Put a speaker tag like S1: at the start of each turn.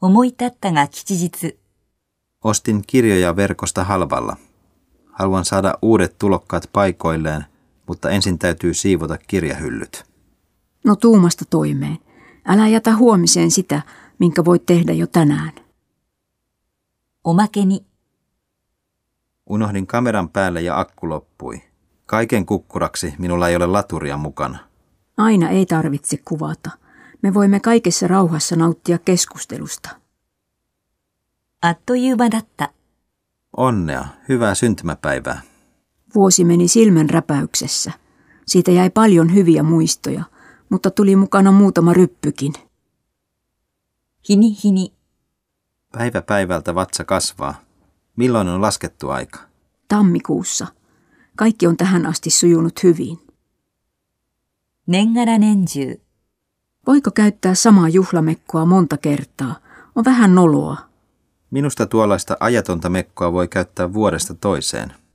S1: 思い立ったが吉日。
S2: Ostin kirjoja verkosta halvalla. Haluan saada uudet tulokkaat paikoilleen, mutta ensin täytyy siivota kirjahyllyt.
S3: No tuumasta toimeen. Älä jätä huomiseen sitä, minkä voit tehdä jo tänään.
S1: おまけに、
S2: Unohdin kameran päälle ja akku loppui. Kaiken kukkuraksi minulla ei ole laturia mukana.
S3: Aina ei tarvitse kuvata. Me voimme kaikessa rauhassa nauttia keskustelusta.
S1: あっという間だった。
S2: Onnea, hyvää syntymäpäivää.
S3: Vuosi meni silmän räpäyksessä. Siitä jäi paljon hyviä muistoja, mutta tuli mukana muutama ryppykin.
S1: 日に日に、
S2: Päivä päivältä vatsa kasvaa. Milloin on laskettu aika?
S3: Tammikuussa. Kaikki on tähän asti sujunut hyvin.
S1: 年がら年中、
S3: Voiko käyttää samaa juhlamekkoa monta kertaa? On vähän noloa.
S2: Minusta tuollaista ajatonta mekkoa voi käyttää vuodesta toiseen.